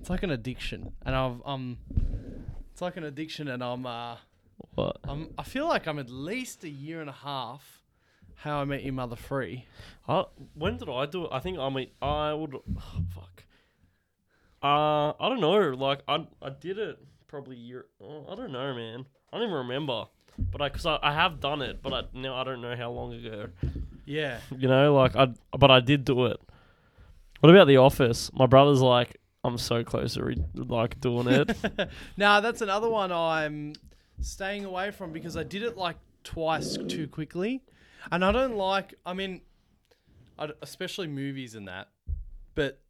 It's like an addiction, and I've um, it's like an addiction, and I'm uh, What? I'm I feel like I'm at least a year and a half. How I Met Your Mother free. I, Uh, when did I do it? I think I mean I would. Oh, fuck. Uh, I don't know. Like I, I did it probably a year. Oh, I don't know, man. I don't even remember. But I, cause I, I have done it, but I now I don't know how long ago. Yeah, You know, like I, but I did do it. What about The Office? My brother's like, I'm so close to re- like doing it. now that's another one I'm staying away from because I did it like twice too quickly, and I don't like. I mean, I d especially movies and that, but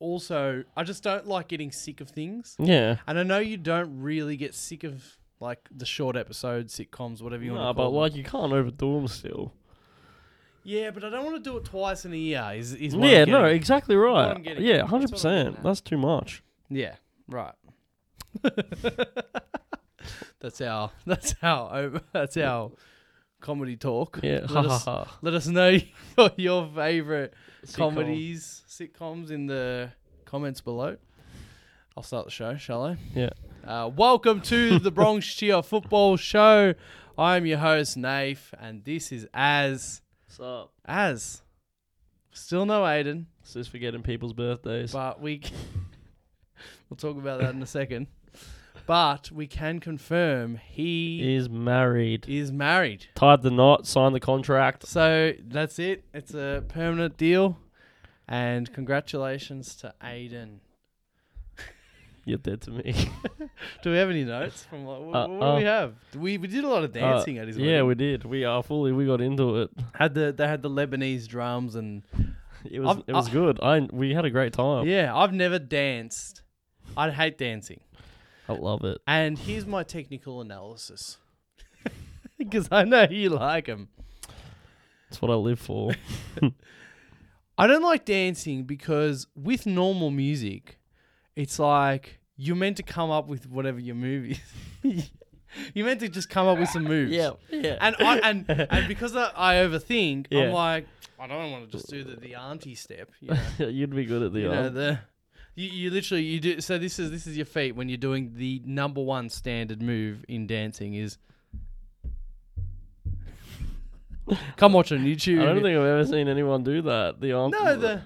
also I just don't like getting sick of things. yeah. And I know you don't really get sick of like the short episodes, sitcoms, whatever you Nah, want to call but them. like you can't overdo them still. yeah, but I don't want to do it twice in a year. Is is what I'm Yeah, no, getting. exactly I'm right. getting at. Yeah, That's what I'm hundred percent. getting at. That's too much. yeah, right. that's our that's our over- that's our comedy talk. Yeah, Let ha ha us- ha. Let us know your, your favorite Sitcom. comedies, sitcoms in the comments below. I'll start the show, shall I? Yeah. Uh, welcome to the Bronx Cheer Football Show. I'm your host, Naif, and this is As. What's up? As. Still no Aiden, It's just forgetting people's birthdays. but we. c- we'll talk about that in a second. But we can confirm he He's married. is married. Tied the knot, signed the contract. So that's it. It's a permanent deal. And congratulations to Aiden. You're dead to me. Do we have any notes from like, what, Uh, what do we have? We we did a lot of Uh, dancing at his wedding. yeah, we did. We are fully. We got into it. had the they had the Lebanese drums and It was. I've- it was I- good. I. We had a great time. yeah. I've never danced. I hate dancing. I love it. And here's my technical analysis because I know you like them. That's what I live for. I don't like dancing because with normal music, it's like you're meant to come up with whatever your move is. you're meant to just come up with some moves. Yeah. And I and and because I, I overthink, Yeah. I'm like, I don't want to just do the, the auntie step. You know, You'd be good at the. you know art. the. You, you literally you do so this is this is your feet when you're doing the number one standard move in dancing is come watch on YouTube I don't think I've ever seen anyone do that. The arm. no, the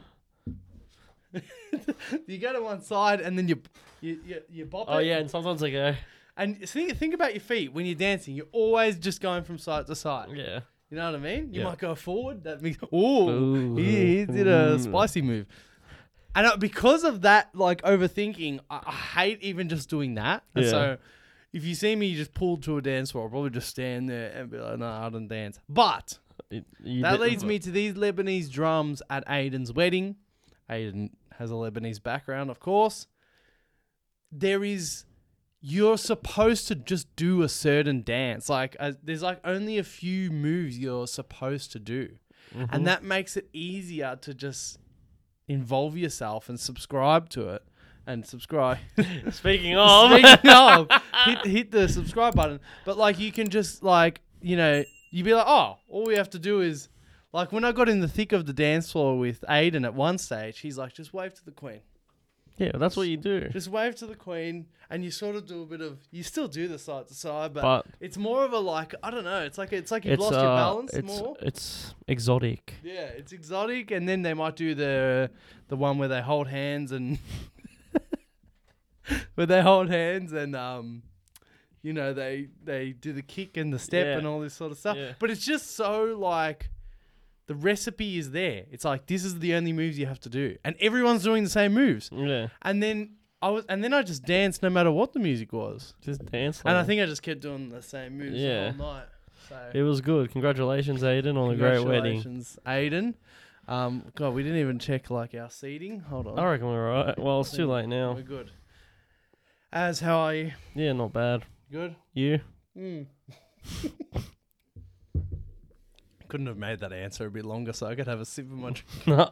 you go to one side and then you you you, you bop Oh it. yeah, and sometimes I go. And think think about your feet when you're dancing. You're always just going from side to side. Yeah. You know what I mean? You Yeah. might go forward. That means oh, Ooh. he, he did a Ooh. spicy move. And uh, because of that, like overthinking, I, I hate even just doing that. And Yeah. So if you see me just pulled to a dance floor, I'll probably just stand there and be like, no, I don't dance. But It- you that did- leads me to these Lebanese drums at Aiden's wedding. Aiden has a Lebanese background, of course. There is, you're supposed to just do a certain dance. Like, uh, there's like only a few moves you're supposed to do. And that makes it easier to just involve yourself and subscribe to it. And subscribe. Speaking of. Speaking of, hit, hit the subscribe button. But like, you can just like, you know, you'd be like, oh, all we have to do is, like, when I got in the thick of the dance floor with Aiden at one stage, he's like, just wave to the queen, yeah, that's what you do. just wave to the queen, and you sort of do a bit of, you still do the side to side, but, But- it's more of a like, I don't know, it's like it's like you've it's lost your uh, balance it's, more. It's exotic. Yeah, it's exotic, and then they might do the the one where they hold hands and where they hold hands and um, you know they they do the kick and the step Yeah. and all this sort of stuff. Yeah. But it's just so like the recipe is there. It's like this is the only moves you have to do, and everyone's doing the same moves. Yeah. And then I was, and then I just danced no matter what the music was, Just dance. and I like- think I just kept doing the same moves Yeah. the whole night. So. it was good. Congratulations, Aiden, on a great wedding. Congratulations, Aiden. Um, God, we didn't even check like our seating. Hold on, I reckon we're alright. Well, it's too late now. we're good. As how are you? Yeah, not bad. Good. You? Mm. Couldn't have made that answer a bit longer so I could have a sip of my drink. no,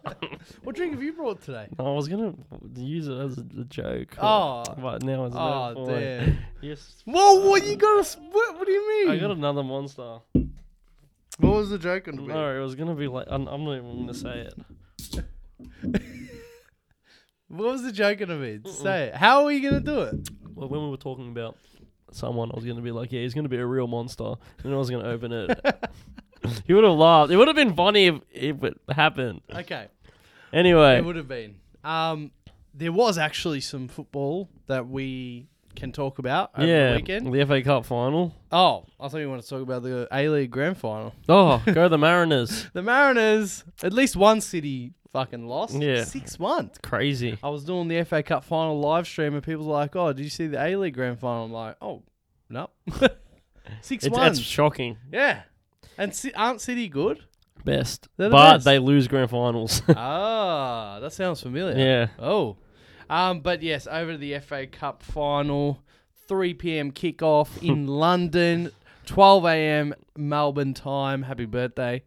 What drink have you brought today? I was gonna use it as a, a joke. Oh. but now it's Oh, not. for it. damn. Yes. Whoa, what you got? A, s- what, what do you I mean? got another monster. what was the joke going to be? No, it was gonna be like I'm, I'm not even gonna say it. What was the joke gonna be? Say it. How are you gonna do it? Well, when we were talking about someone, I was going to be like, yeah, he's going to be a real monster. And I was going to open it. he would have laughed. It would have been funny if, if it happened. Okay. Anyway, It would have been. Um, there was actually some football that we can talk about over yeah, the weekend. the FA Cup final. Oh, I thought you wanted to talk about the A League Grand Final. Oh, go the Mariners. The Mariners, at least one city fucking lost. Yeah. Six one. Crazy. I was doing the FA Cup final live stream and people were like, Oh, did you see the A League Grand Final? I'm like, Oh, no. six It's, one. it's shocking. yeah. And ci- aren't City good? Best. They're the but best. they lose grand finals. ah, that sounds familiar. yeah. Oh. Um, but yes, over to the FA Cup final, 3 p.m. kickoff in London, 12 a.m. Melbourne time. Happy birthday.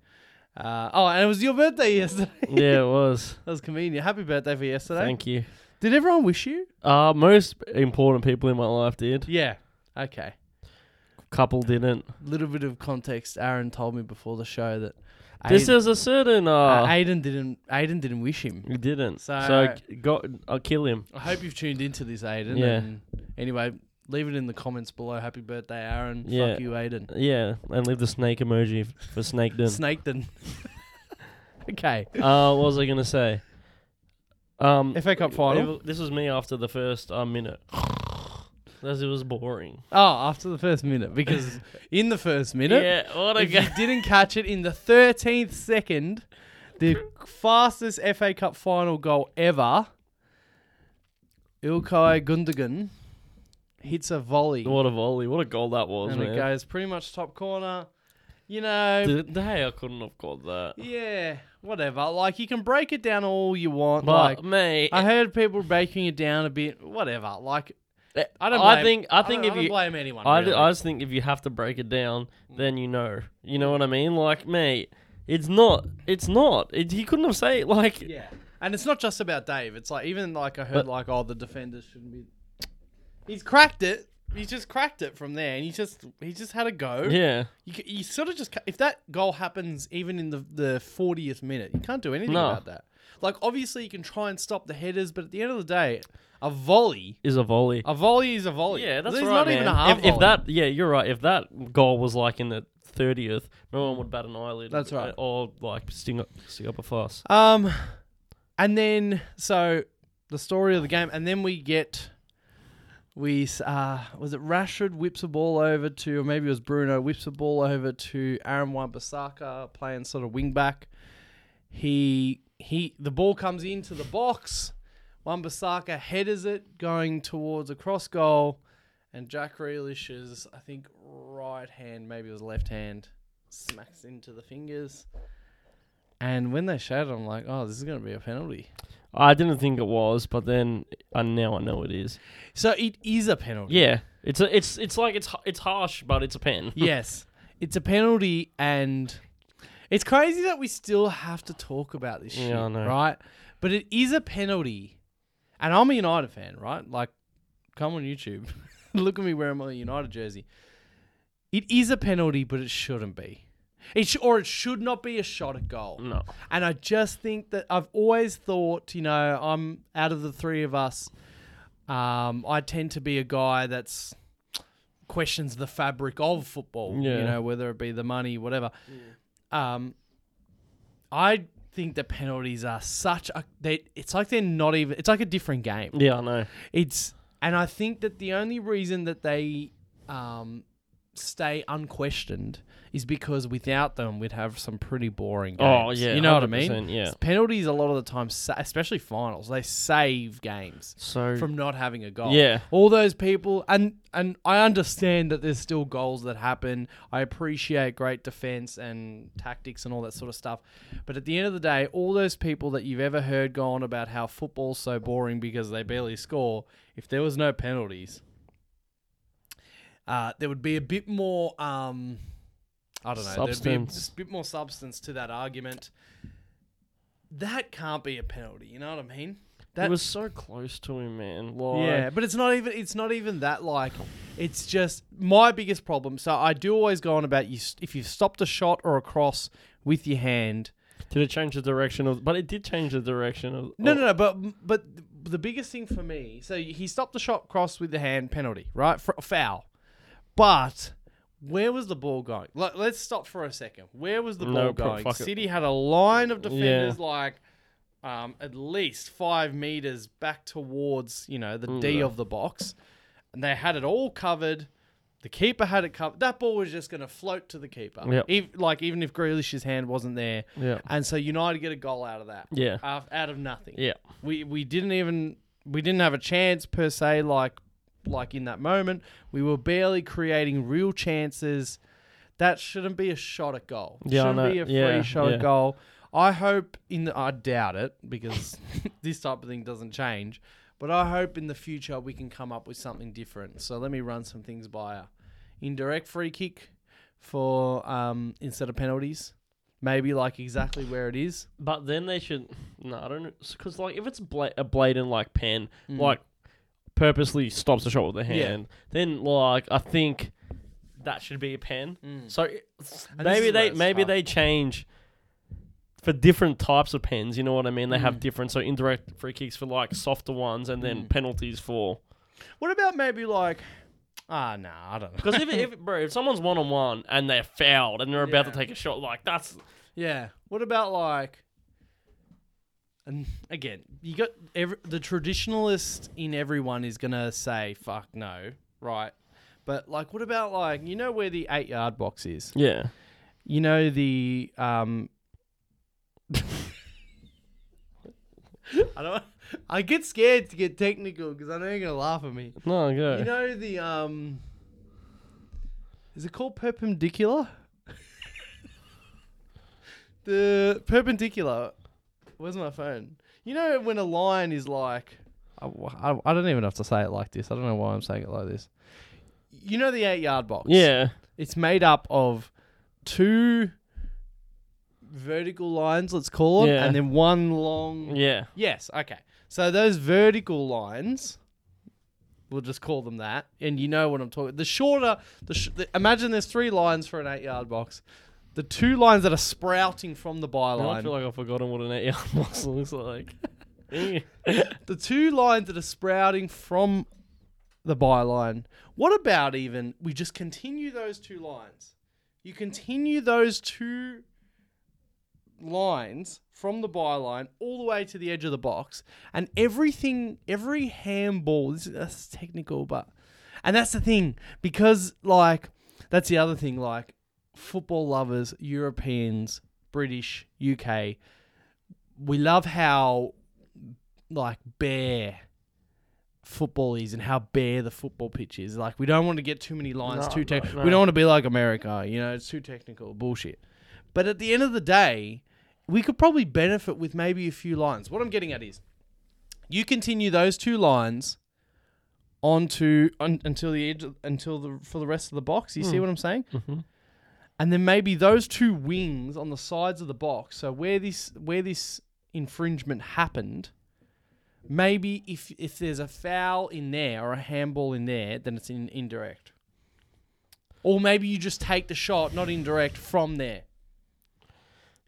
Uh, oh, and it was your birthday yesterday. Yeah, it was. that was convenient. Happy birthday for yesterday. Thank you. Did everyone wish you? Uh, most important people in my life did. Yeah. Okay. Couple didn't. Little bit of context. Aaron told me before the show that This Aiden, is a certain. uh, Uh, Aiden didn't Aiden didn't wish him. you didn't. So, So- g- got. I'll kill him. I hope you've tuned into this, Aiden. Yeah. And anyway, leave it in the comments below. Happy birthday, Aaron. Yeah. Fuck you, Aiden. Yeah, and leave the snake emoji f- for snake din. Snake then. okay. uh, what was I gonna say? Um, FA Cup final. This was me after the first uh, minute. As it was boring. Oh, after the first minute, because in the first minute, Yeah, what a if you game. didn't catch it in the 13th second, the fastest FA Cup final goal ever, Ilkay Gundogan hits a volley What a volley! What a goal that was, and it man. goes pretty much top corner. You know, Did- Hey, I couldn't have caught that. yeah, whatever. Like you can break it down all you want. But like mate, I heard people breaking it down a bit. Whatever. Like I don't. eh, I blame- think. I think don't- if don't you. blame anyone, I, d- really. I just think if you have to break it down, then you know. You know what I mean? Like, mate, it's not. It's not. It, he couldn't have said like. yeah, and it's not just about Dave. It's like even like I heard But- like oh the defenders shouldn't be. He's cracked it. He's just cracked it from there, and he just he just had a go. Yeah. You, c- you sort of just ca- if that goal happens even in the the fortieth minute, you can't do anything No. about that. Like obviously you can try and stop the headers, but at the end of the day, a volley, Is a volley. a volley is a volley. Yeah, that's There's right, not man. even a half if, if volley. that, yeah, you're right. If that goal was like in the thirtieth, no one would bat an eyelid. That's right. uh, Or like sting up, stick up a fuss. Um, and then so the story of the game, and then we get we uh was it Rashford whips a ball over to, or maybe it was Bruno whips a ball over to Aaron Wan-Bissaka playing sort of wing back. He he, the ball comes into the box. Wan-Bissaka headers it going towards a cross goal, and Jack Grealish's I think right hand, maybe it was left hand, smacks into the fingers. And when they showed it, I'm like, oh, this is going to be a penalty. I didn't think it was, but then I now I know it is. So it is a penalty. Yeah, it's a, it's it's like it's h- it's harsh, but it's a pen. yes. It's a penalty, and it's crazy that we still have to talk about this Yeah, shit, I know. right? But it is a penalty. And I'm a United fan, right? Like, come on YouTube. Look at me wearing my United jersey. It is a penalty, but it shouldn't be. It sh- or it should not be a shot at goal. No, And I just think that I've always thought, you know, I'm out of the three of us, um, I tend to be a guy that's questions the fabric of football, you Yeah. know, whether it be the money, whatever. Um, I think the penalties are such a they it's like they're not even it's like a different game. yeah, I know. It's and I think that the only reason that they um, stay unquestioned is because without them we'd have some pretty boring games. Oh yeah, you know what I mean. 100%, Yeah, Penalties a lot of the time, sa- especially finals, they save games so from not having a goal. yeah, All those people, and and I understand that there's still goals that happen. I appreciate great defense and tactics and all that sort of stuff, but at the end of the day, all those people that you've ever heard go on about how football's so boring because they barely score, if there was no penalties, uh, there would be a bit more. Um, I don't know. There'd be a- Substance. just a bit more substance to that argument. That can't be a penalty. You know what I mean? That it was so close to him, man. Like, yeah, but it's not even it's not even that like it's just my biggest problem. So I do always go on about you s- if you've stopped a shot or a cross with your hand. did it change the direction of? But it did change the direction of. No, of- no, no, but but the biggest thing for me, so he stopped the shot cross with the hand penalty, right? F- foul. But where was the ball going? Let, let's stop for a second. Where was the ball No, pro- going? fuck it. City had a line of defenders like um, at least five meters back towards, you know, the D yeah. of the box. And they had it all covered. The keeper had it covered. That ball was just going to float to the keeper. Yep. Ev- like, even if Grealish's hand wasn't there. Yeah. And so United get a goal out of that. Yeah. Af- out of nothing Yeah. we we didn't even we didn't have a chance per se like like in that moment we were barely creating real chances that shouldn't be a shot at goal Yeah, I shouldn't know. be a free Yeah, shot yeah. at goal i hope in the, i doubt it because this type of thing doesn't change but i hope in the future we can come up with something different so let me run some things by her indirect free kick for um instead of penalties maybe like exactly where it is But then they should. No, I don't. Because like, if it's bla- a blatant like pen, like purposely stops the shot with the Yeah. hand, then like I think that should be a pen. So it- And this maybe is where they it's maybe tough. they change for different types of pens. You know what I mean? They Mm. have different so indirect free kicks for like softer ones, and then penalties for What about maybe like, ah, no, nah, I don't know. because if, if bro, if someone's one on one and they're fouled and they're about to Yeah. take a shot, like that's Yeah. What about like, and again, you got every, the traditionalist in everyone is gonna say fuck no, right? But like, what about like you know where the eight yard box is? yeah. You know the um. I don't. I get scared to get technical because I know you're gonna laugh at me. No, go. You know the um. Is it called perpendicular? the perpendicular. Where's my phone? You know when a line is like. I, I, I don't even have to say it like this. I don't know why I'm saying it like this. You know the eight yard box. yeah. It's made up of two vertical lines, let's call them, Yeah. and then one long Yeah. Yes, okay. So those vertical lines, we'll just call them that, and you know what I'm talking. The shorter, the, sh- the imagine there's three lines for an eight-yard box. The two lines that are sprouting from the Now byline, I feel like I've forgotten what an eight yard box looks like. the two lines that are sprouting from the byline. What about even we just continue those two lines? You continue those two lines from the byline all the way to the edge of the box, and everything, every handball. This is, that's technical, but and that's the thing because like that's the other thing. Like football lovers, Europeans, British, UK, we love how like bare football is and how bare the football pitch is. Like we don't want to get too many lines No, too tech. no, no. We don't want to be like America, you know, it's too technical bullshit. But at the end of the day, we could probably benefit with maybe a few lines. What I'm getting at is you continue those two lines onto un, until the edge of- until the for the rest of the box. You see what I'm saying? And then maybe those two wings on the sides of the box. So where this where this infringement happened, maybe if if there's a foul in there or a handball in there, then it's in indirect. Or maybe you just take the shot, not indirect, from there.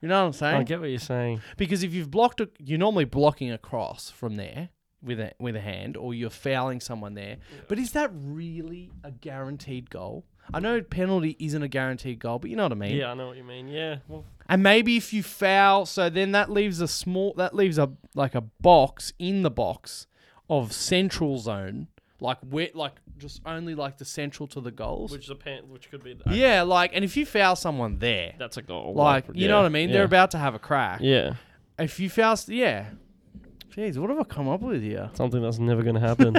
You know what I'm saying? I get what you're saying. Because if you've blocked, a, you're normally blocking a cross from there with a with a hand, or you're fouling someone there. But is that really a guaranteed goal? I know penalty isn't a guaranteed goal, but you know what I mean. Yeah, I know what you mean. Yeah. Well, And maybe if you foul, so then that leaves a small, that leaves a like a box in the box of central zone, like where, like just only like the central to the goals. which is a pen, which could be the, yeah, like and if you foul someone there, That's a goal. like you know what I mean, Yeah. they're about to have a crack. Yeah. If you foul, yeah. Jeez, what have I come up with here? Something that's never going to happen.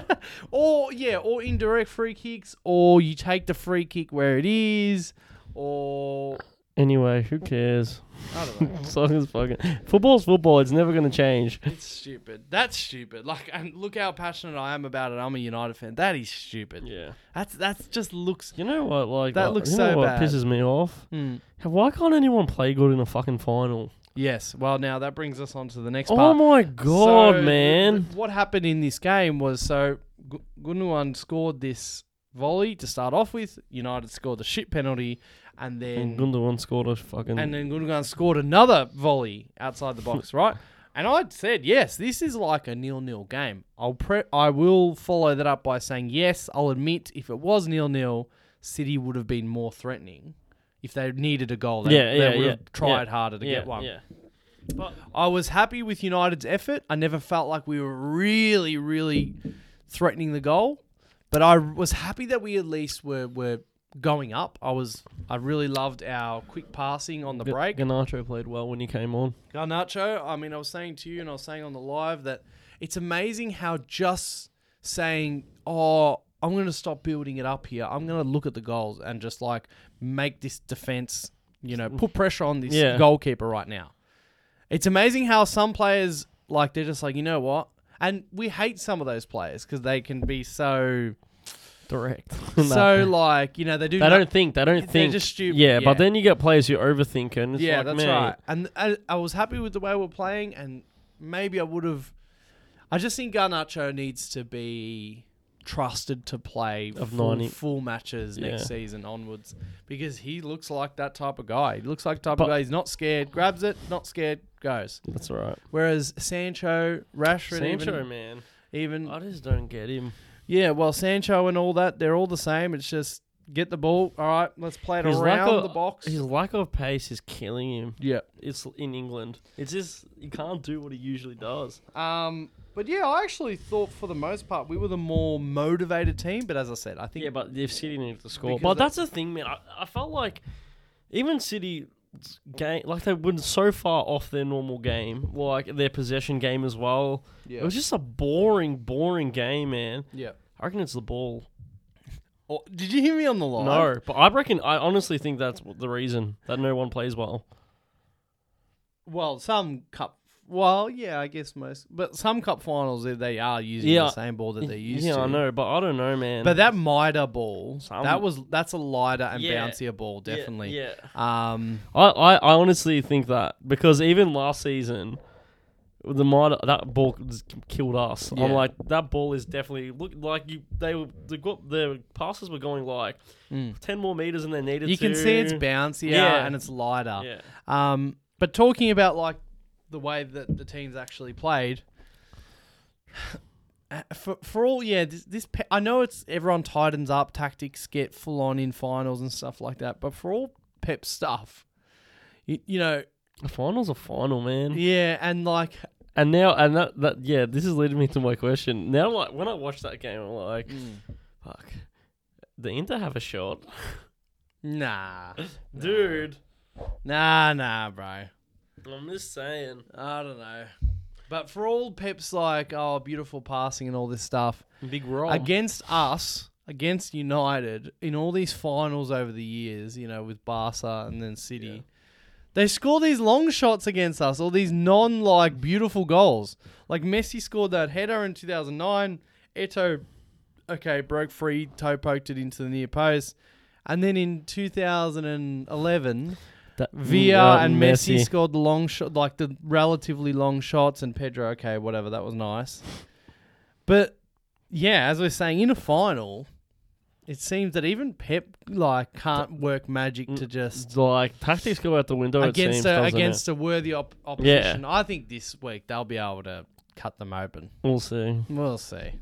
Or yeah, or indirect free kicks, or you take the free kick where it is, or anyway, who cares? I don't know. As long as fucking football's football, it's never going to change. It's stupid. That's stupid. Like, and look how passionate I am about it. I'm a United fan. That is stupid. Yeah. That's that's just looks. You know what? Like That like, looks you know so what bad. Pisses me off. Mm. Why can't anyone play good in a fucking final? Yes. Well, now that brings us on to the next Oh part. my god, So, man! th- th- what happened in this game was so Gu- Gunuan scored this volley to start off with. United scored the shit penalty, and then and Gundogan scored a fucking. and then Gundogan scored another volley outside the box, right? And I said, yes, this is like a nil-nil game. I'll pre- I will follow that up by saying, yes, I'll admit if it was nil-nil, City would have been more threatening. If they needed a goal, they, Yeah, they yeah, would yeah, have tried yeah, harder to yeah, get one. Yeah. But I was happy with United's effort. I never felt like we were really, really threatening the goal, but I was happy that we at least were were going up. I was I really loved our quick passing on the break. Ganacho played well when he came on. Garnacho, I mean, I was saying to you and I was saying on the live that it's amazing how just saying, oh, I'm going to stop building it up here. I'm going to look at the goals and just like make this defense, you know, put pressure on this Yeah. goalkeeper right now. It's amazing how some players, like, they're just like, you know what? And we hate some of those players because they can be so, Direct. so like, you know, they do. They no- don't think. They don't They're think. just stupid, Yeah, yeah. but then you get players who overthink it. And it's yeah, like, that's mate, right. And I, I was happy with the way we're playing, and maybe I would have. I just think Garnacho needs to be trusted to play Of full, 90. full matches next Yeah. season onwards because he looks like that type of guy. He looks like the type But- of guy. He's not scared, grabs it, not scared, goes. That's right. Whereas Sancho, Rashford, Sancho, even, man, even I just don't get him. yeah, well, Sancho and all that, they're all the same. It's just get the ball. All right, let's play it His lack around of- the box. His lack of pace is killing him. Yeah. It's in England. It's just he can't do what he usually does. Um, but yeah, I actually thought for the most part we were the more motivated team. But as I said, I think Yeah, but if City needed to score, Because but that- that's the thing, man. I, I felt like even City game like they were so far off their normal game, like their possession game as well. yeah, It was just a boring, boring game, man. yeah. I reckon it's the ball. Or, Oh, did you hear me on the line? No, but I reckon I honestly think that's the reason that no one plays well. Well, some cup. Well, yeah, I guess most, but some cup finals they- they are using Yeah. the same ball that they used yeah, to. I know, but I don't know, man. But that Mitre ball, Some- that was that's a lighter and Yeah. bouncier ball, Yeah, definitely. yeah. Um, I, I, I honestly think that because even last season, the minor, that ball just killed us. Yeah. I'm like that ball is definitely look like you. They were the go- the passes were going like Mm. ten more meters than they needed. you can to. see it's bouncier Yeah. and it's lighter. Yeah, Um, but talking about like the way that the teams actually played, uh, for for all yeah, this, this pe- I know it's everyone tightens up, tactics get full on in finals and stuff like that. But for all Pep stuff, you, you know, a final's a final, man. yeah, and like And now and that that yeah, this is leading me to my question. Now, like when I watch that game, I'm like, Mm. fuck, the Inter have a shot, nah, dude. nah, nah, bro. I'm just saying. I don't know. But for all Pep's like, oh, beautiful passing and all this stuff, Big role. against us, against United, in all these finals over the years, you know, with Barca and then City, Yeah. they score these long shots against us, all these non like beautiful goals. Like Messi scored that header in 2009. Eto, okay, broke free, toe poked it into the near post. And then in 2011, That- Villa uh, and Messi scored the long shot, like the relatively long shots, and Pedro. Okay, whatever, that was nice. But yeah, as we're saying, in a final, it seems that even Pep like can't work magic to just like tactics go out the window Mm, it against seems, a, doesn't against a worthy op- opposition. I think this week they'll be able to cut them open. it? we'll see. We'll see.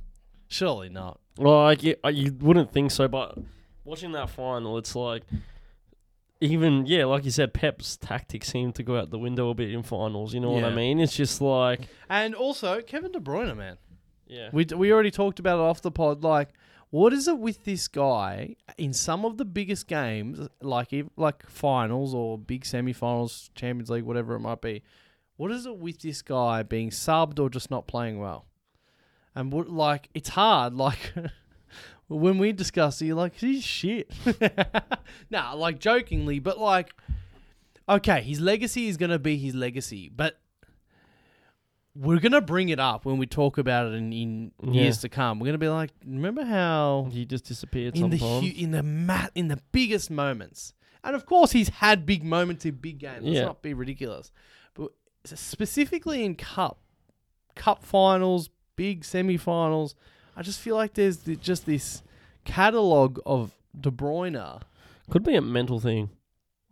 Surely not. Like you, uh, you wouldn't think so, but watching that final, it's like even yeah, like you said, Pep's tactics seem to go out the window a bit in finals. You know what Yeah. I mean? It's just like And also, Kevin De Bruyne, man. yeah, We, we already talked about it off the pod. Like, what is it with this guy in some of the biggest games, like ev- like finals or big semifinals, Champions League, whatever it might be? What is it with this guy being subbed or just not playing well? And what like it's hard. Like when we discuss it, you're like he's shit. nah, like jokingly, but like okay, his legacy is gonna be his legacy, but we're gonna bring it up when we talk about it in, in years Yeah. to come. We're gonna be like, remember how he just disappeared in the sometimes. hu- in the ma- in the biggest moments, and of course he's had big moments in big games. Let's Yeah. not be ridiculous, but specifically in cup, cup finals, big semi-finals, I just feel like there's the, just this catalog of De Bruyne. Could be a mental thing.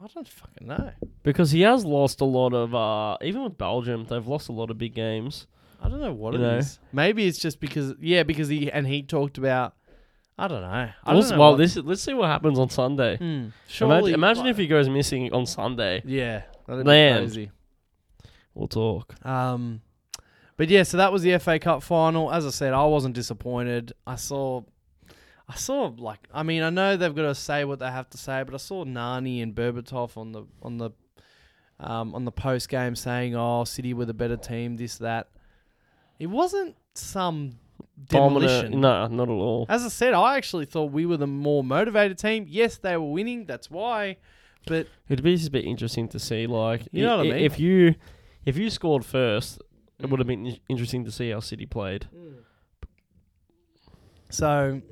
I don't fucking know. because he has lost a lot of uh, even with Belgium, they've lost a lot of big games. I don't know what it You is. know? Maybe it's just because yeah, because he and he talked about. I don't know. I don't Also- know well, what- this let's see what happens on Sunday. Hmm. Imagine, surely, imagine if he goes missing on Sunday. yeah, that'd Man. be crazy. We'll talk. Um, but yeah, so that was the FA Cup final. As I said, I wasn't disappointed. I saw, I saw like, I mean, I know they've got to say what they have to say, but I saw Nani and Berbatov on the on the um, on the post game saying, "Oh, City were the better team." This that. It wasn't some demolition. Dominant? No, not at all. As I said, I actually thought we were the more motivated team. Yes, they were winning. That's why. But It'd be just a bit interesting to see, like, You know i- what I i- mean? If you if you scored first, it would have been Mm. in- interesting to see how City played. So,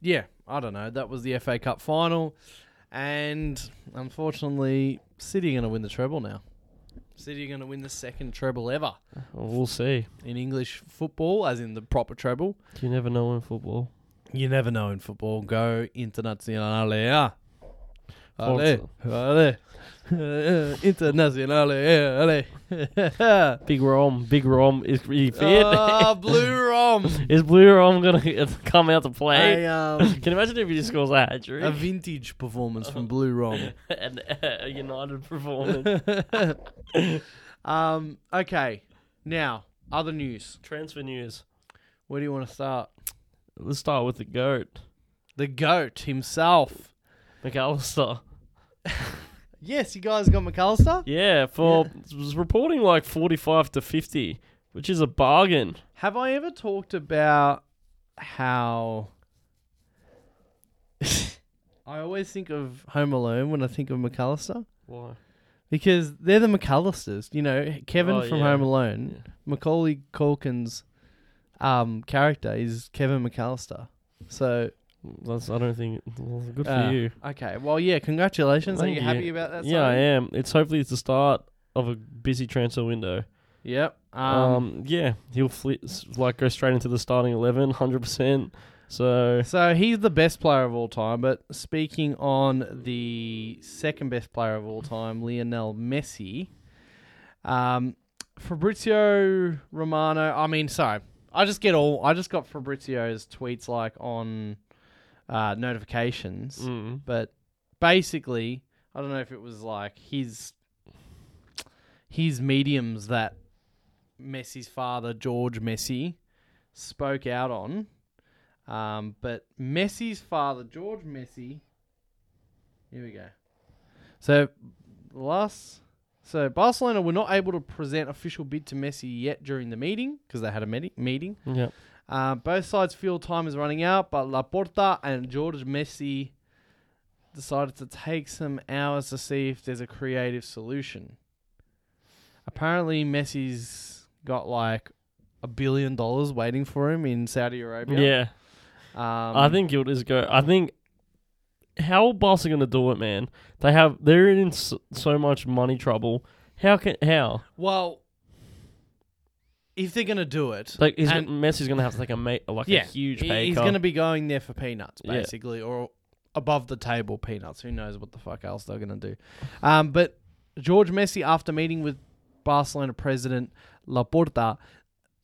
yeah, I don't know. That was the FA Cup final, and unfortunately, City are going to win the treble now. City are going to win the second treble ever We'll see. in English football, as in the proper treble. You never know in football. You never know in football. Go internazionale. ah. Ale, Forza. ale, internazionale, ale. Big Rom, Big Rom is really fit. Ah, blue rom. is Blue Rom gonna come out to play? A, um, Can you imagine if he just scores a hat a trick vintage performance Uh-huh. from blue rom. and a United performance? um, okay. Now, other news. Transfer news. Where do you want to start? Let's start with the goat, The GOAT himself. McAllister. Yes, you guys got McAllister? Yeah, for was reporting like forty-five to fifty, which is a bargain. Have I ever talked about how. I always think of Home Alone when I think of McAllister Why? because they're the McAllisters. You know, Kevin Oh, from yeah. Home Alone, Macaulay Culkin's um, character is Kevin McAllister. So That's. I don't think. Well, good for Ah, you. Okay. Well, yeah. Congratulations. Are Thank you you. happy about that? yeah, I signing? am. It's hopefully it's the start of a busy transfer window. Yep. Um, Um, yeah, he'll flip like go straight into the starting 11, 100 percent. So So he's the best player of all time. But speaking on the second best player of all time, Lionel Messi, um, Fabrizio Romano. I mean, sorry. I just get all. I just got Fabrizio's tweets like on uh, notifications. mm, but basically, I don't know if it was like his his mediums that Messi's father, George Messi, spoke out on. Um, but Messi's father, George Messi. Here we go. So, last. So Barcelona were not able to present official bid to Messi yet during the meeting because they had a medi- meeting. yeah, Uh, both sides feel time is running out, but Laporta and George Messi decided to take some hours to see if there's a creative solution. Apparently, Messi's got like a billion dollars waiting for him in Saudi yeah. Arabia. Yeah, um, I think he'll just go. I think how Boss are gonna do it, man. They have they're in so, so much money trouble. How can how Well, if they're gonna do it, like is And- Messi's gonna have to take a ma- like a huge he- pay He's cut? going to be going there for peanuts, Yeah. basically, or above the table peanuts. Who knows what the fuck else they're going to do? Um, but George Messi, after meeting with Barcelona president Laporta,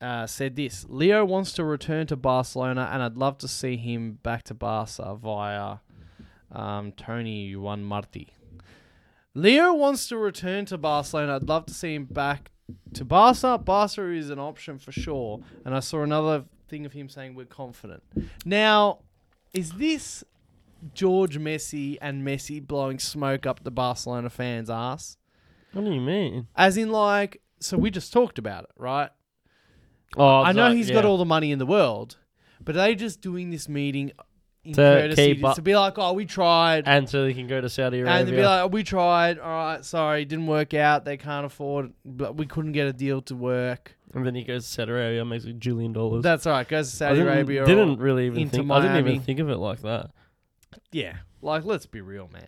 uh, said this: Leo wants to return to Barcelona, and I'd love to see him back to Barca via um, Tony Juan Marti. Leo wants to return to Barcelona. I'd love to see him back to Barca. Barca is an option for sure. And I saw another thing of him saying we're confident. Now, is this George Messi and Messi blowing smoke up the Barcelona fans' ass? what do you mean? As in, like, so we just talked about it, right? Oh, I know he's he's got all the money in the world, but are they just doing this meeting in To courtesy keep just up- to be like, oh, we tried. and so he can go to Saudi Arabia. And they'd be like, we tried. All right, sorry, didn't work out. They can't afford, but we couldn't get a deal to work. And then he goes to Saudi Arabia, makes a jillion dollars. That's all right. Goes to I Saudi didn't, Arabia. or- didn't really even into think. I didn't even Miami. think of it like that. yeah. Like, let's be real, man.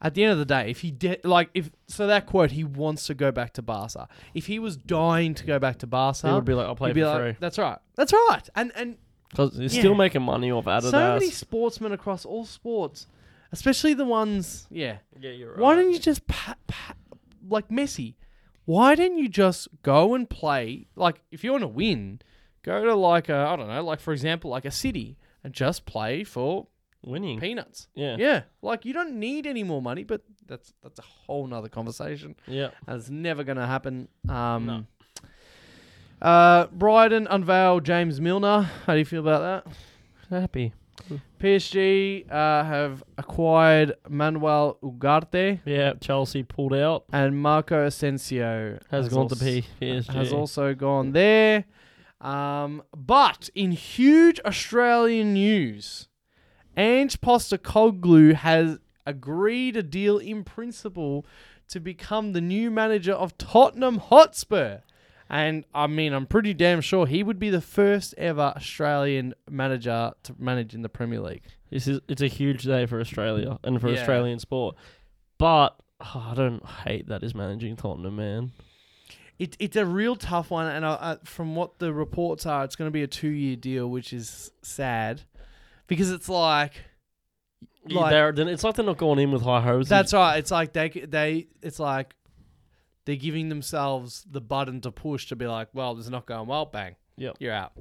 At the end of the day, if he de- like, if so, that quote, he wants to go back to Barca. If he was dying to go back to Barca, he would be like, "I'll play he'd for be free." like, "That's right, that's right." And and Because he's Yeah. still making money off Adidas. so many sportsmen across all sports, especially the ones, yeah. yeah, you're Why don't you just pa- pa- like Messi. Why didn't you just go and play? Like, if you want to win, go to like a, I don't know, like for example, like a city and just play for Winning. peanuts. yeah. yeah. Yeah, like you don't need any more money, but that's that's a whole nother conversation. And it's never going to happen. Um, No. Uh, Brighton unveil James Milner. How do you feel about that? Happy. PSG uh, have acquired Manuel Ugarte Yeah. Chelsea pulled out. and Marco Asensio Has, gone als- to P. E PSG. Has also gone there. Um, but in huge Australian news, Ange Postacoglu has agreed a deal in principle to become the new manager of Tottenham Hotspur. And I mean, I'm pretty damn sure he would be the first ever Australian manager to manage in the Premier League. This is it's a huge day for Australia and for Yeah. Australian sport. But oh, I don't hate that he's managing Tottenham, man. It, it's a real tough one, and I, I, from what the reports are, it's going to be a two-year deal, which is sad, because it's like, like They're- then it's like they're not going in with high hopes. that's right. It's like they c- they it's like they're giving themselves the button to push to be like, well, this is not going well. Bang, Yep. you're out.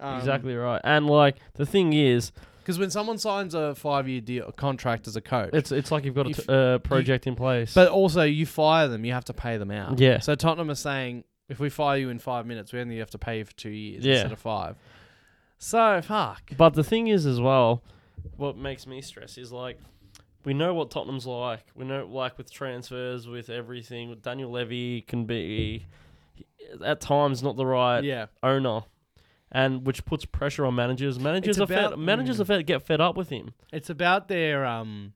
Um, exactly right. And like the thing is, Because when someone signs a five-year deal a contract as a coach, it's it's like you've got a If- t- uh, project in place. but also you fire them, you have to pay them out. Yeah. So Tottenham are saying, if we fire you in five minutes, we only have to pay you for two years Yeah. instead of five. So fuck. But the thing is, as well, what makes me stress is like we know what Tottenham's like. We know like with transfers, with everything. With Daniel Levy can be at times not the right Yeah. owner, and which puts pressure on managers. Managers It's are about- fed, managers mm. are fed, get fed up with him. It's about their um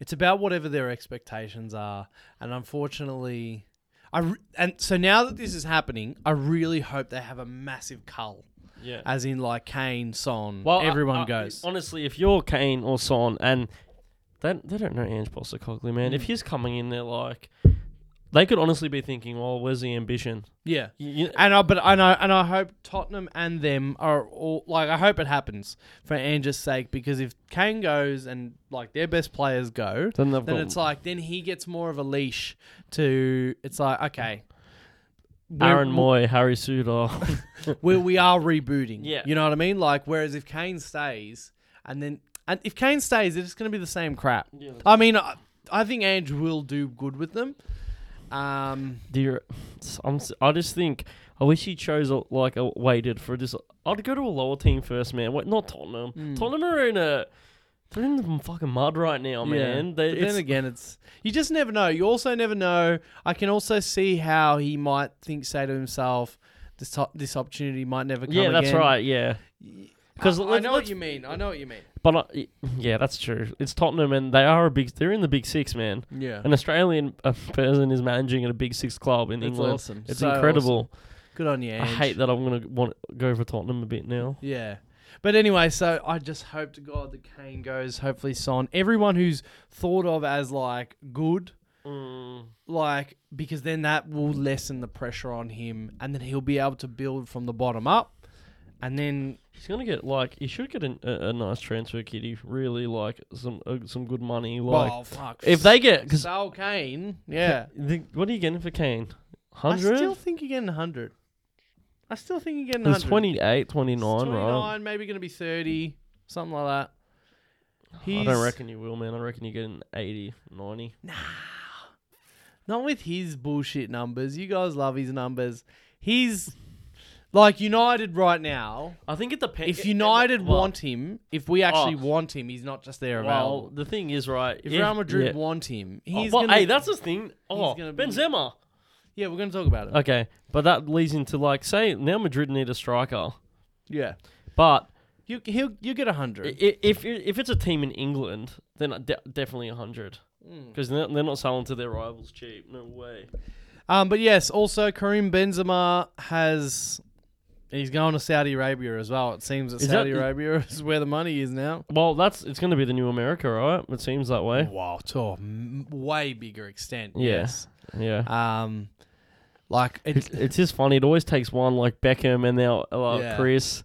it's about whatever their expectations are and unfortunately I re- and so now that this is happening, I really hope they have a massive cull Yeah. as in like Kane, Son, Well, I- everyone I- goes. Honestly, if you're Kane or Son, and they, they don't know Ange Postecoglou, man. If Mm. he's coming in, they're like, they could honestly be thinking, "Well, where's the ambition?" yeah. You- you- And I but and I and I hope Tottenham and them are all like I hope it happens for Ange's sake because if Kane goes and like their best players go, then they've then got it's like then he gets more of a leash to it's like okay. we're- Aaron Moy, Harry Suter. where we are rebooting. Yeah. You know what I mean? Like, whereas if Kane stays, and then and if Kane stays, it's going to be the same crap. I mean, I, I think Ange will do good with them. Um, Dear, I'm, s- I just think I wish he chose a, like a waited for just. I'd go to a lower team first, man. Wait, not Tottenham. Mm. Tottenham are in a they're in the fucking mud right now, Oh, man. They, but it's, then again, it's you just never know. You also never know. I can also see how he might think, say to himself, this to- this opportunity might never come. yeah, that's again. right. Yeah, Because 'Cause I, I let's- know what let's- you mean. I know what you mean. but I, yeah, that's true. It's Tottenham, and they are a big. They're in the big six, man. Yeah, An Australian uh, person is managing at a big six club in That's England. awesome. It's So incredible. awesome. Good on you. I Ange. hate that I'm gonna want go for Tottenham a bit now. Yeah. But anyway, so I just hope to God that Kane goes, hopefully Son. Everyone who's thought of as like good, Mm. like because then that will lessen the pressure on him and then he'll be able to build from the bottom up. And then He's gonna get like he should get an, a, a nice transfer kitty. Really like some uh, some good money. Like oh fuck. if they get because Sal Kane, yeah. what are you getting for Kane? I still Hundred. think you're getting 100. I still think you're getting 100. It's 28, 29, It's right? 29, maybe going to be 30, something like that. I He's, don't reckon you will, man. I reckon you get an 80, 90. Not with his bullshit numbers. You guys love his numbers. He's like United right now. I think it depends. If United want him, if we actually want him, he's not just there oh. well, available. the thing is, right? If Real Madrid want him, oh, he's well, gonna. hey, that's the thing. Oh, gonna be- Benzema. yeah, we're gonna talk about it. Okay, but that leads into like, say now Madrid need a striker, yeah, but you he'll you get a hundred. I- i- If it- if it's a team in England, then I de- definitely a hundred because they're, they're not selling to their rivals cheap. No way. Um, but yes, also Karim Benzema has. He's going to Saudi Arabia as well. It seems that Is that- Saudi Arabia is where the money is now. Well, that's it's going to be the new America, right? It seems that way. Wow, to a m- way bigger extent. Eh? Yeah. Yes. Yeah. Um, like It's, it, it's just funny. It always takes one like Beckham and now uh, Yeah. Chris.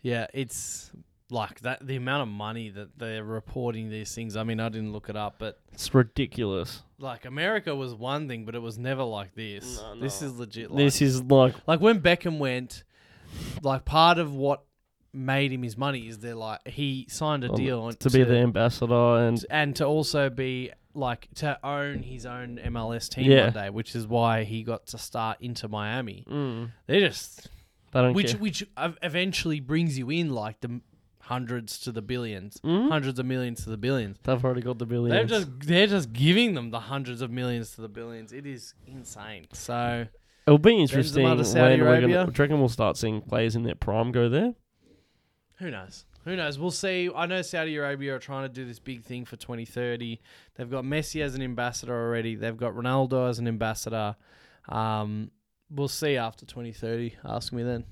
yeah, it's like that the amount of money that they're reporting these things. I mean, I didn't look it up, but It's ridiculous. like America was one thing, but it was never like this. No, This no. is legit. Like, This is like like when Beckham went, like part of what made him his money is they're like he signed a um, deal on- to be the ambassador and and to also be like to own his own MLS team Yeah. one day, which is why he got to start into Miami. Mm. They just they don't which care. which ev- eventually brings you in like the m- hundreds to the 1000000000s hundreds of millions to the billions. They've already got the billions. They're just they're just giving them the hundreds of millions to the billions. It is insane. So It'll be interesting Benzema when to Saudi we're gonna, Arabia. do you reckon we'll start seeing players in their prime go there? who knows? Who knows? We'll see. I know Saudi Arabia are trying to do this big thing for 2030. They've got Messi as an ambassador already. They've got Ronaldo as an ambassador. Um, we'll see after 2030. Ask me then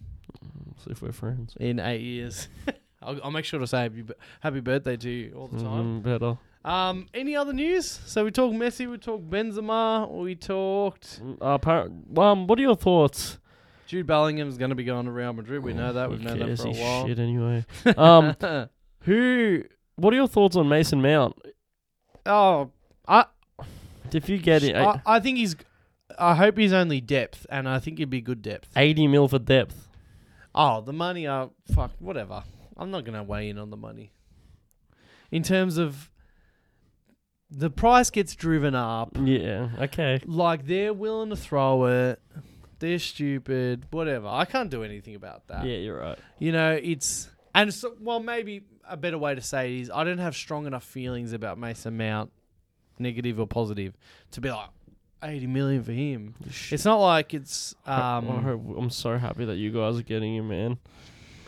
See if we're friends. in eight years. I'll, I'll make sure to say happy, b- happy birthday to you all the time. Mm, better. Um, any other news? So we talked Messi, we talked Benzema, we talked Mm, Uh, par- um, what are your thoughts? Jude Bellingham's going to be going to Real Madrid. We know that. We've Who known that cares? for a He's while. Shit anyway. Um, who? What are your thoughts on Mason Mount? oh, I If you get it, I, I think he's. I hope he's only depth, and I think he'd be good depth. eighty mil for depth. Oh, the money. Uh, fuck, whatever. I'm not gonna weigh in on the money. In terms of, the price gets driven up. Yeah. Okay. Like they're willing to throw it. They're stupid. Whatever. I can't do anything about that. Yeah, you're right. You know, it's and so, well, maybe a better way to say it is I don't have strong enough feelings about Mason Mount, negative or positive, to be like eighty million for him. It's not like it's Um, I um, hope, I'm so happy that you guys are getting him, man.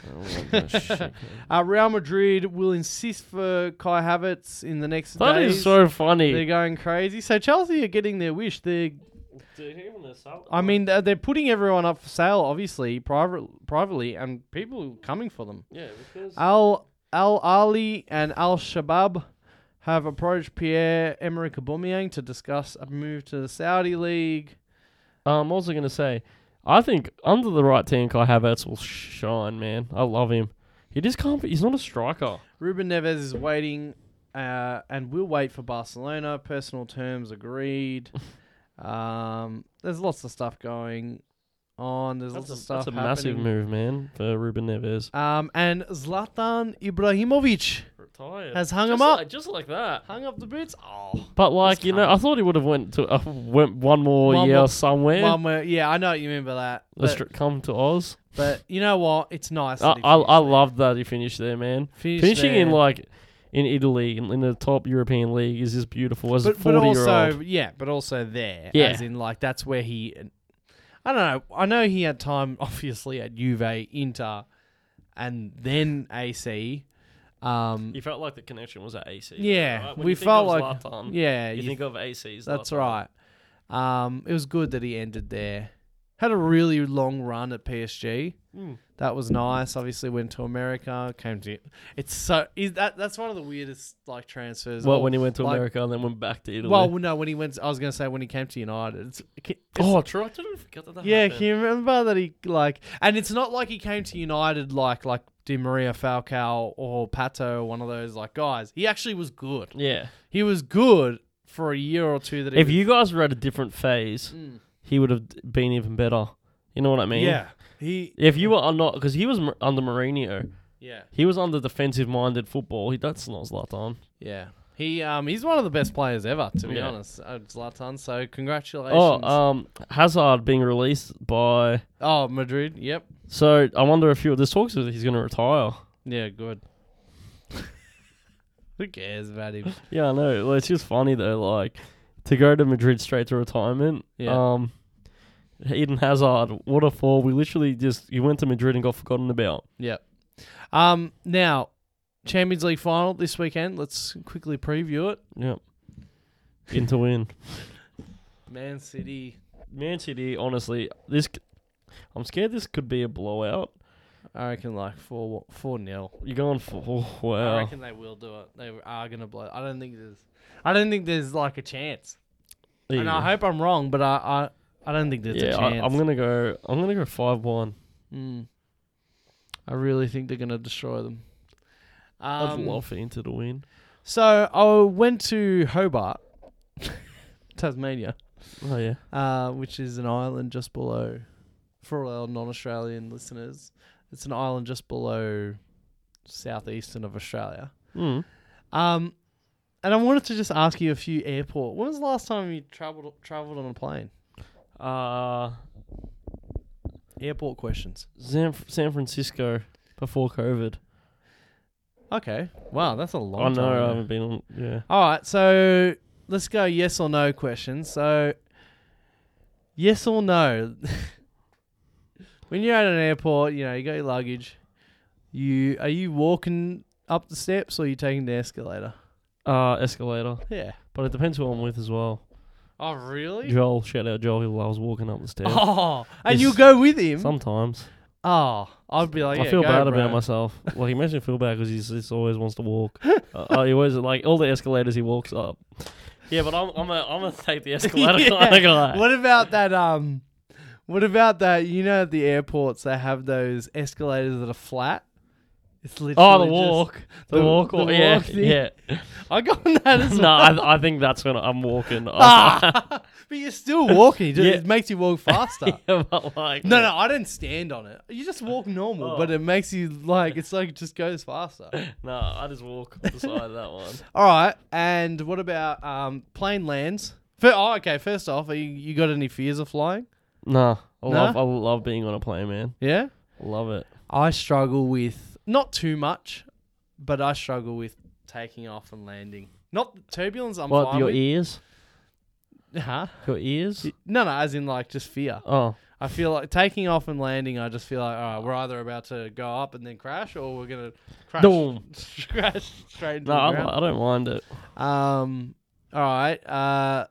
I don't want that shit, man. uh, Real Madrid will insist for Kai Havertz in the next That days. is so They're funty. going crazy. So Chelsea are getting their wish. They're I mean they're they're putting everyone up for sale, obviously private privately, and people coming for them. yeah, because Al Al Ali and Al Shabab have approached Pierre Emerick Aubameyang to discuss a move to the Saudi league. I'm also gonna say, I think under the right team, Kai Havertz will shine, man. I love him. He just can't. Be, he's not a striker. Ruben Neves is waiting, uh, and will wait for Barcelona. Personal terms agreed. um, there's lots of stuff going on. There's That's a, lots of stuff. that's a massive happening. move, man, for Ruben Neves. Um, and Zlatan Ibrahimovic retired. has hung just him up, like, just like that. hung up the boots. Oh, But like It's you know, I coming. thought he would have went to uh, went one more One year more- somewhere. One where- yeah, I know what you mean by that. Let's But, tr- come to Oz. but you know what? It's nice. I that he I, I finished there. love that he finished there, man. Finish Finishing in there. like in Italy in, in the top European league is just beautiful as a but, but forty year also old. yeah, but also there, Yeah. as in like that's where he. I don't know. I know he had time, obviously, at Juve, Inter, and then AC. Um, You felt like the connection was at AC. though, Yeah, right? When we you think felt of like- Zlatan, yeah, You you- think of AC's. that's Zlatan. right. Um, it was good that he ended there. Had a really long run at PSG. Hmm. Mm. That was nice. Obviously, went to America. Came to it's so is that that's one of the weirdest like transfers. Well, Or, when he went to like- America and then went back to Italy. well, no, when he went, I was gonna say when he came to United. It's, it's oh, True, I didn't forget that. that Yeah, happened. can you remember that he like, and it's not like he came to United like like Di Maria Falcao or Pato, one of those like guys. He actually was good. yeah. He was good for a year or two. That he If was- you guys were at a different phase, Mm. he would have been even better. You know what I mean? yeah, he If you were not, because he was m- under Mourinho, yeah he was under defensive-minded football. He, that's not Zlatan. yeah he um he's one of the best players ever to be Yeah. honest, uh, Zlatan. So congratulations. Oh, Oh, um, Hazard being released by. Madrid. Yep. So I wonder if you there's talks that he's going to retire. Yeah, good. Who cares about him? Yeah, I know. Well, it's just funny though, like to go to Madrid straight to retirement. Yeah. Um, Eden Hazard, what a fall! We literally just he went to Madrid and got forgotten about. Yep. Um. Now, Champions League final this weekend. Let's quickly preview it. Yep. In to win. Man City. Man City, honestly, this c- I'm scared this could be a blowout. I reckon like four four nil. You're going for oh, I wow. reckon they will do it. They are gonna blow. I don't think there's. I don't think there's like a chance. And I hope I'm wrong, but I I, I don't think there's a yeah, I, chance. Hmm. am gonna go. I'm gonna go five one. Mm. I really think they're gonna destroy them. Um, I'd love for Inter to win. So I went to Hobart, Tasmania, Oh yeah, uh, which is an island just below, for all our non-Australian listeners, it's an island just below southeastern of Australia. mm. Um, and I wanted to just ask you a few airport. When was the last time you traveled traveled on a plane? uh, Airport questions. San, San Francisco before COVID. Okay. Wow, that's a long I know um, time. I ago. haven't been on. Yeah, All right, so let's go yes or no questions. So, yes or no. when you're at an airport, you know you got your luggage. You are you walking up the steps or are you taking the escalator? uh, escalator. Yeah. But it depends who I'm with as well. Oh really? Joel, shout out Joel. He loves walking up the stairs. Oh, and Yes. you'll go with him. Sometimes oh, I'd be like, I yeah, feel go, bad bro. about myself. Like he makes me feel bad because he just always wants to walk. uh, uh, he always like all the escalators he walks up. Yeah, but I'm I'm a, I'm gonna take the escalator Yeah. kind of guy. What about that? Um, what about that? You know, at the airports they have those escalators that are flat. It's literally Oh, the just- walk, the, the- walk, the wa- yeah, walk thing. yeah. I got on that as no, I, I think that's when I'm walking. I- Ah, but you're still walking. It, Yeah. it makes you walk faster. yeah, but like, No, no, I don't stand on it. You just walk normal, Oh. but it makes you like it's like it just goes faster. no, I just walk beside that one. All right, and what about um plane lands? Fir- oh, okay. First off, are you, you got any fears of flying? No, I No? love, I love being on a plane, man. Yeah, Love it. I struggle with not too much, but I struggle with taking off and landing. Not the turbulence. I'm what fine your with. ears? huh? Your ears? No, no, as in like just fear. Oh, I feel like taking off and landing. I just feel like, all right, we're either about to go up and then crash, or we're gonna crash, Boom. crash straight into no, the I, ground. I don't mind it. Um, all right. Uh,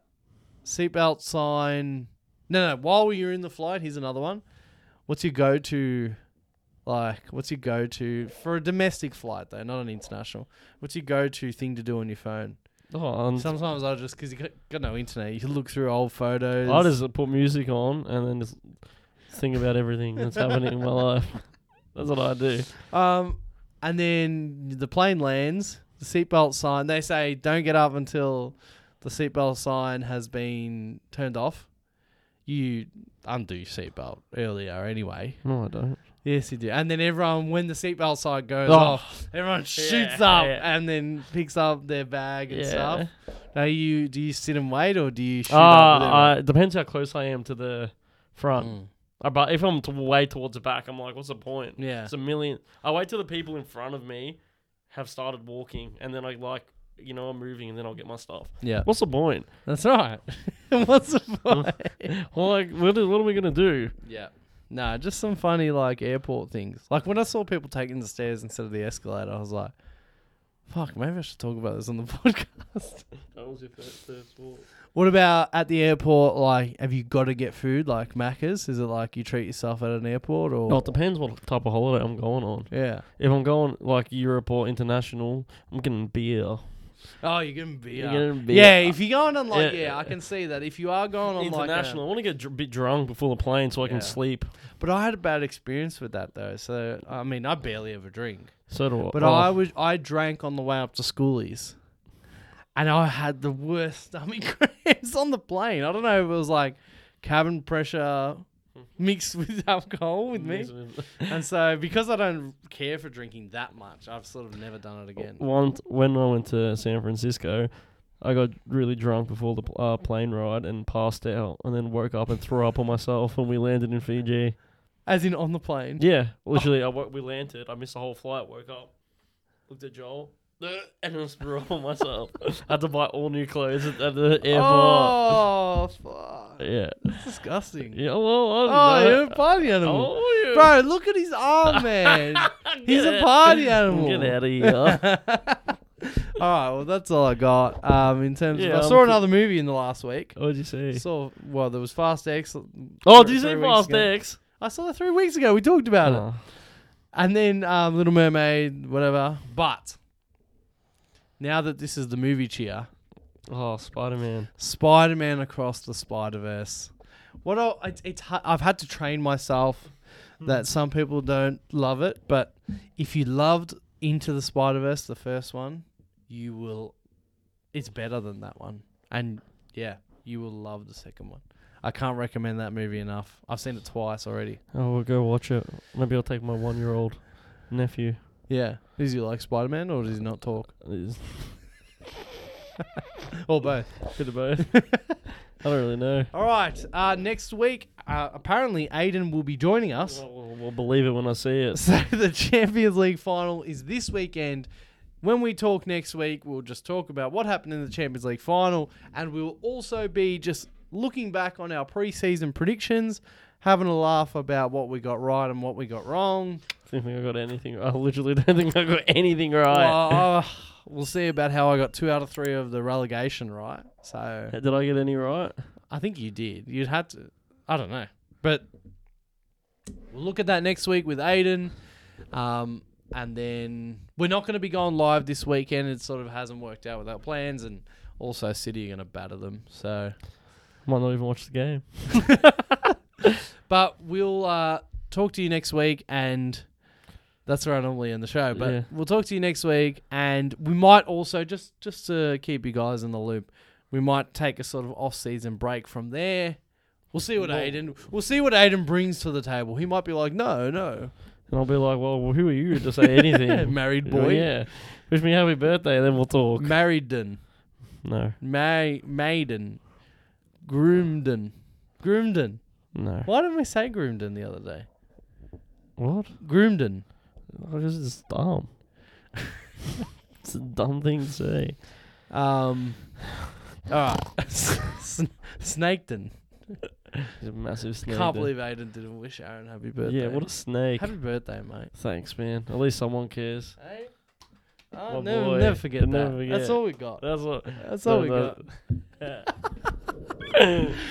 seatbelt sign. No, no. While you're in the flight, here's another one. What's your go-to? Like, what's your go-to for a domestic flight though, not an international? What's your go-to thing to do on your phone? Oh, and Sometimes I just because you got, got no internet, you can look through old photos. I just put music on and then just think about everything that's happening in my life. That's what I do. Um, and then the plane lands, the seatbelt sign. They say don't get up until the seatbelt sign has been turned off. You undo your seatbelt earlier anyway. No, I don't. Yes, you do. And then everyone, when the seatbelt sign goes Oh. off, everyone shoots up yeah. and then picks up their bag and Yeah. stuff. Now, you do you sit and wait or do you shoot Uh, up? with I, depends how close I am to the front. everyone? Mm. Uh, But if I'm to way towards the back, I'm like, what's the point? Yeah. It's a million. I wait till the people in front of me have started walking, and then I like, you know, I'm moving, and then I'll get my stuff. Yeah. Mm. What's the point? That's right. What's the point? Well, like, what are, what are we gonna do? Yeah. Nah, just some funny like airport things. Like when I saw people taking the stairs instead of the escalator, I was like, fuck, maybe I should talk about this on the podcast. That was your first, first walk. what about at the airport? Like, have you got to get food like Macca's? Is it like you treat yourself at an airport or? Well, it depends what type of holiday I'm going on. Yeah. If I'm going like Europe or international, I'm getting beer. Oh, you're getting beer. You're getting beer. Yeah, if you're going on like, yeah, Yeah. I can see that. If you are going on international. like. I want to get dr- bit drunk before the plane so I Yeah. can sleep. A, but I had a bad experience with that though. So, I mean, I barely ever drink. So do I. But oh, I was I drank on the way up to schoolies, and I had the worst stomach cramps on the plane. I don't know if it was like cabin pressure mixed with alcohol with me, and so because I don't care for drinking that much, I've sort of never done it again. Once when I went to San Francisco, I got really drunk before the pl- uh, plane ride and passed out, and then woke up and threw up on myself. And we landed in Fiji. As in on the plane. Yeah, literally, I wo- we landed. I missed the whole flight. Woke up, looked at Joel, and then threw up on myself. had to buy all new clothes at, at the airport. Oh fuck! Yeah, It's disgusting. yeah. Well, I Oh, don't you're know. a party animal, Oh, you- bro. Look at his arm, man. He's a Get- party animal. Get out of here. all right, well that's all I got. Um, in terms Yeah, of, I I'm saw cool. another movie in the last week. What'd you say? Saw well, there was Fast X. three- Oh, did you say three weeks Fast ago. X? I saw that three weeks ago. We talked about Uh-huh. it, and then um, Little Mermaid, whatever. But now that this is the movie cheer, Oh, Spider Man. Spider Man across the Spider Verse. What I, it's, it's hu- I've had to Hmm. train myself that some people don't love it, but if you loved Into the Spider Verse, the first one, you will. It's better than that one, and yeah, you will love the second one. I can't recommend that movie enough. I've seen it twice already. Oh, we'll go watch it. Maybe I'll take my one-year-old nephew. Yeah, does he like Spider Man or does he not talk? He's Or both. bit of both. I don't really know. All right. Uh, next week, uh, apparently Aiden will be joining us. We'll, we'll- we'll believe it when I see it. So the Champions League final is this weekend. When we talk next week, we'll just talk about what happened in the Champions League final, and we'll also be just looking back on our preseason predictions, having a laugh about what we got right and what we got wrong. Don't think I got anything. I literally don't think I got anything right. Well, uh, we'll see about how I got two out of three of the relegation right. So Did I get any right? I think you did. You'd had to. I don't know, but we'll look at that next week with Aiden. Um, and then we're not going to be going live this weekend. It sort of hasn't worked out with our plans, and also City are going to batter them. So, Might not even watch the game. but we'll uh, talk to you next week, and that's where I normally end the show. But Yeah. we'll talk to you next week, and we might also just just to keep you guys in the loop, we might take a sort of off season break from there. We'll see what Well- Aiden we'll see what Aiden brings to the table. He might be like, no, no, And I'll be like, well, who are you to say anything? married Well, boy, yeah. Wish me happy birthday, then we'll talk. marriedden, No, may maiden, groomden, groomden. no. Why didn't we say groomden the other day? What? Groomden. I just it's dumb. it's a dumb thing to say. Um. Ah. All right. Sn- Snakedon. He's a massive snake. Can't dude. believe Aiden didn't wish Aaron happy birthday. Yeah, what a snake. happy birthday, mate. Thanks, man. At least someone cares. Hey. Oh, My never, boy. never forget that. Never That's forget. all we got. That's what. That's all we that- got.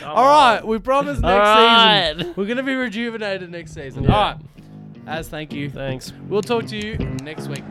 All right, we promise next All season right. we're gonna be rejuvenated next season. Yeah. All right, as thank you, Thanks. we'll talk to you next week.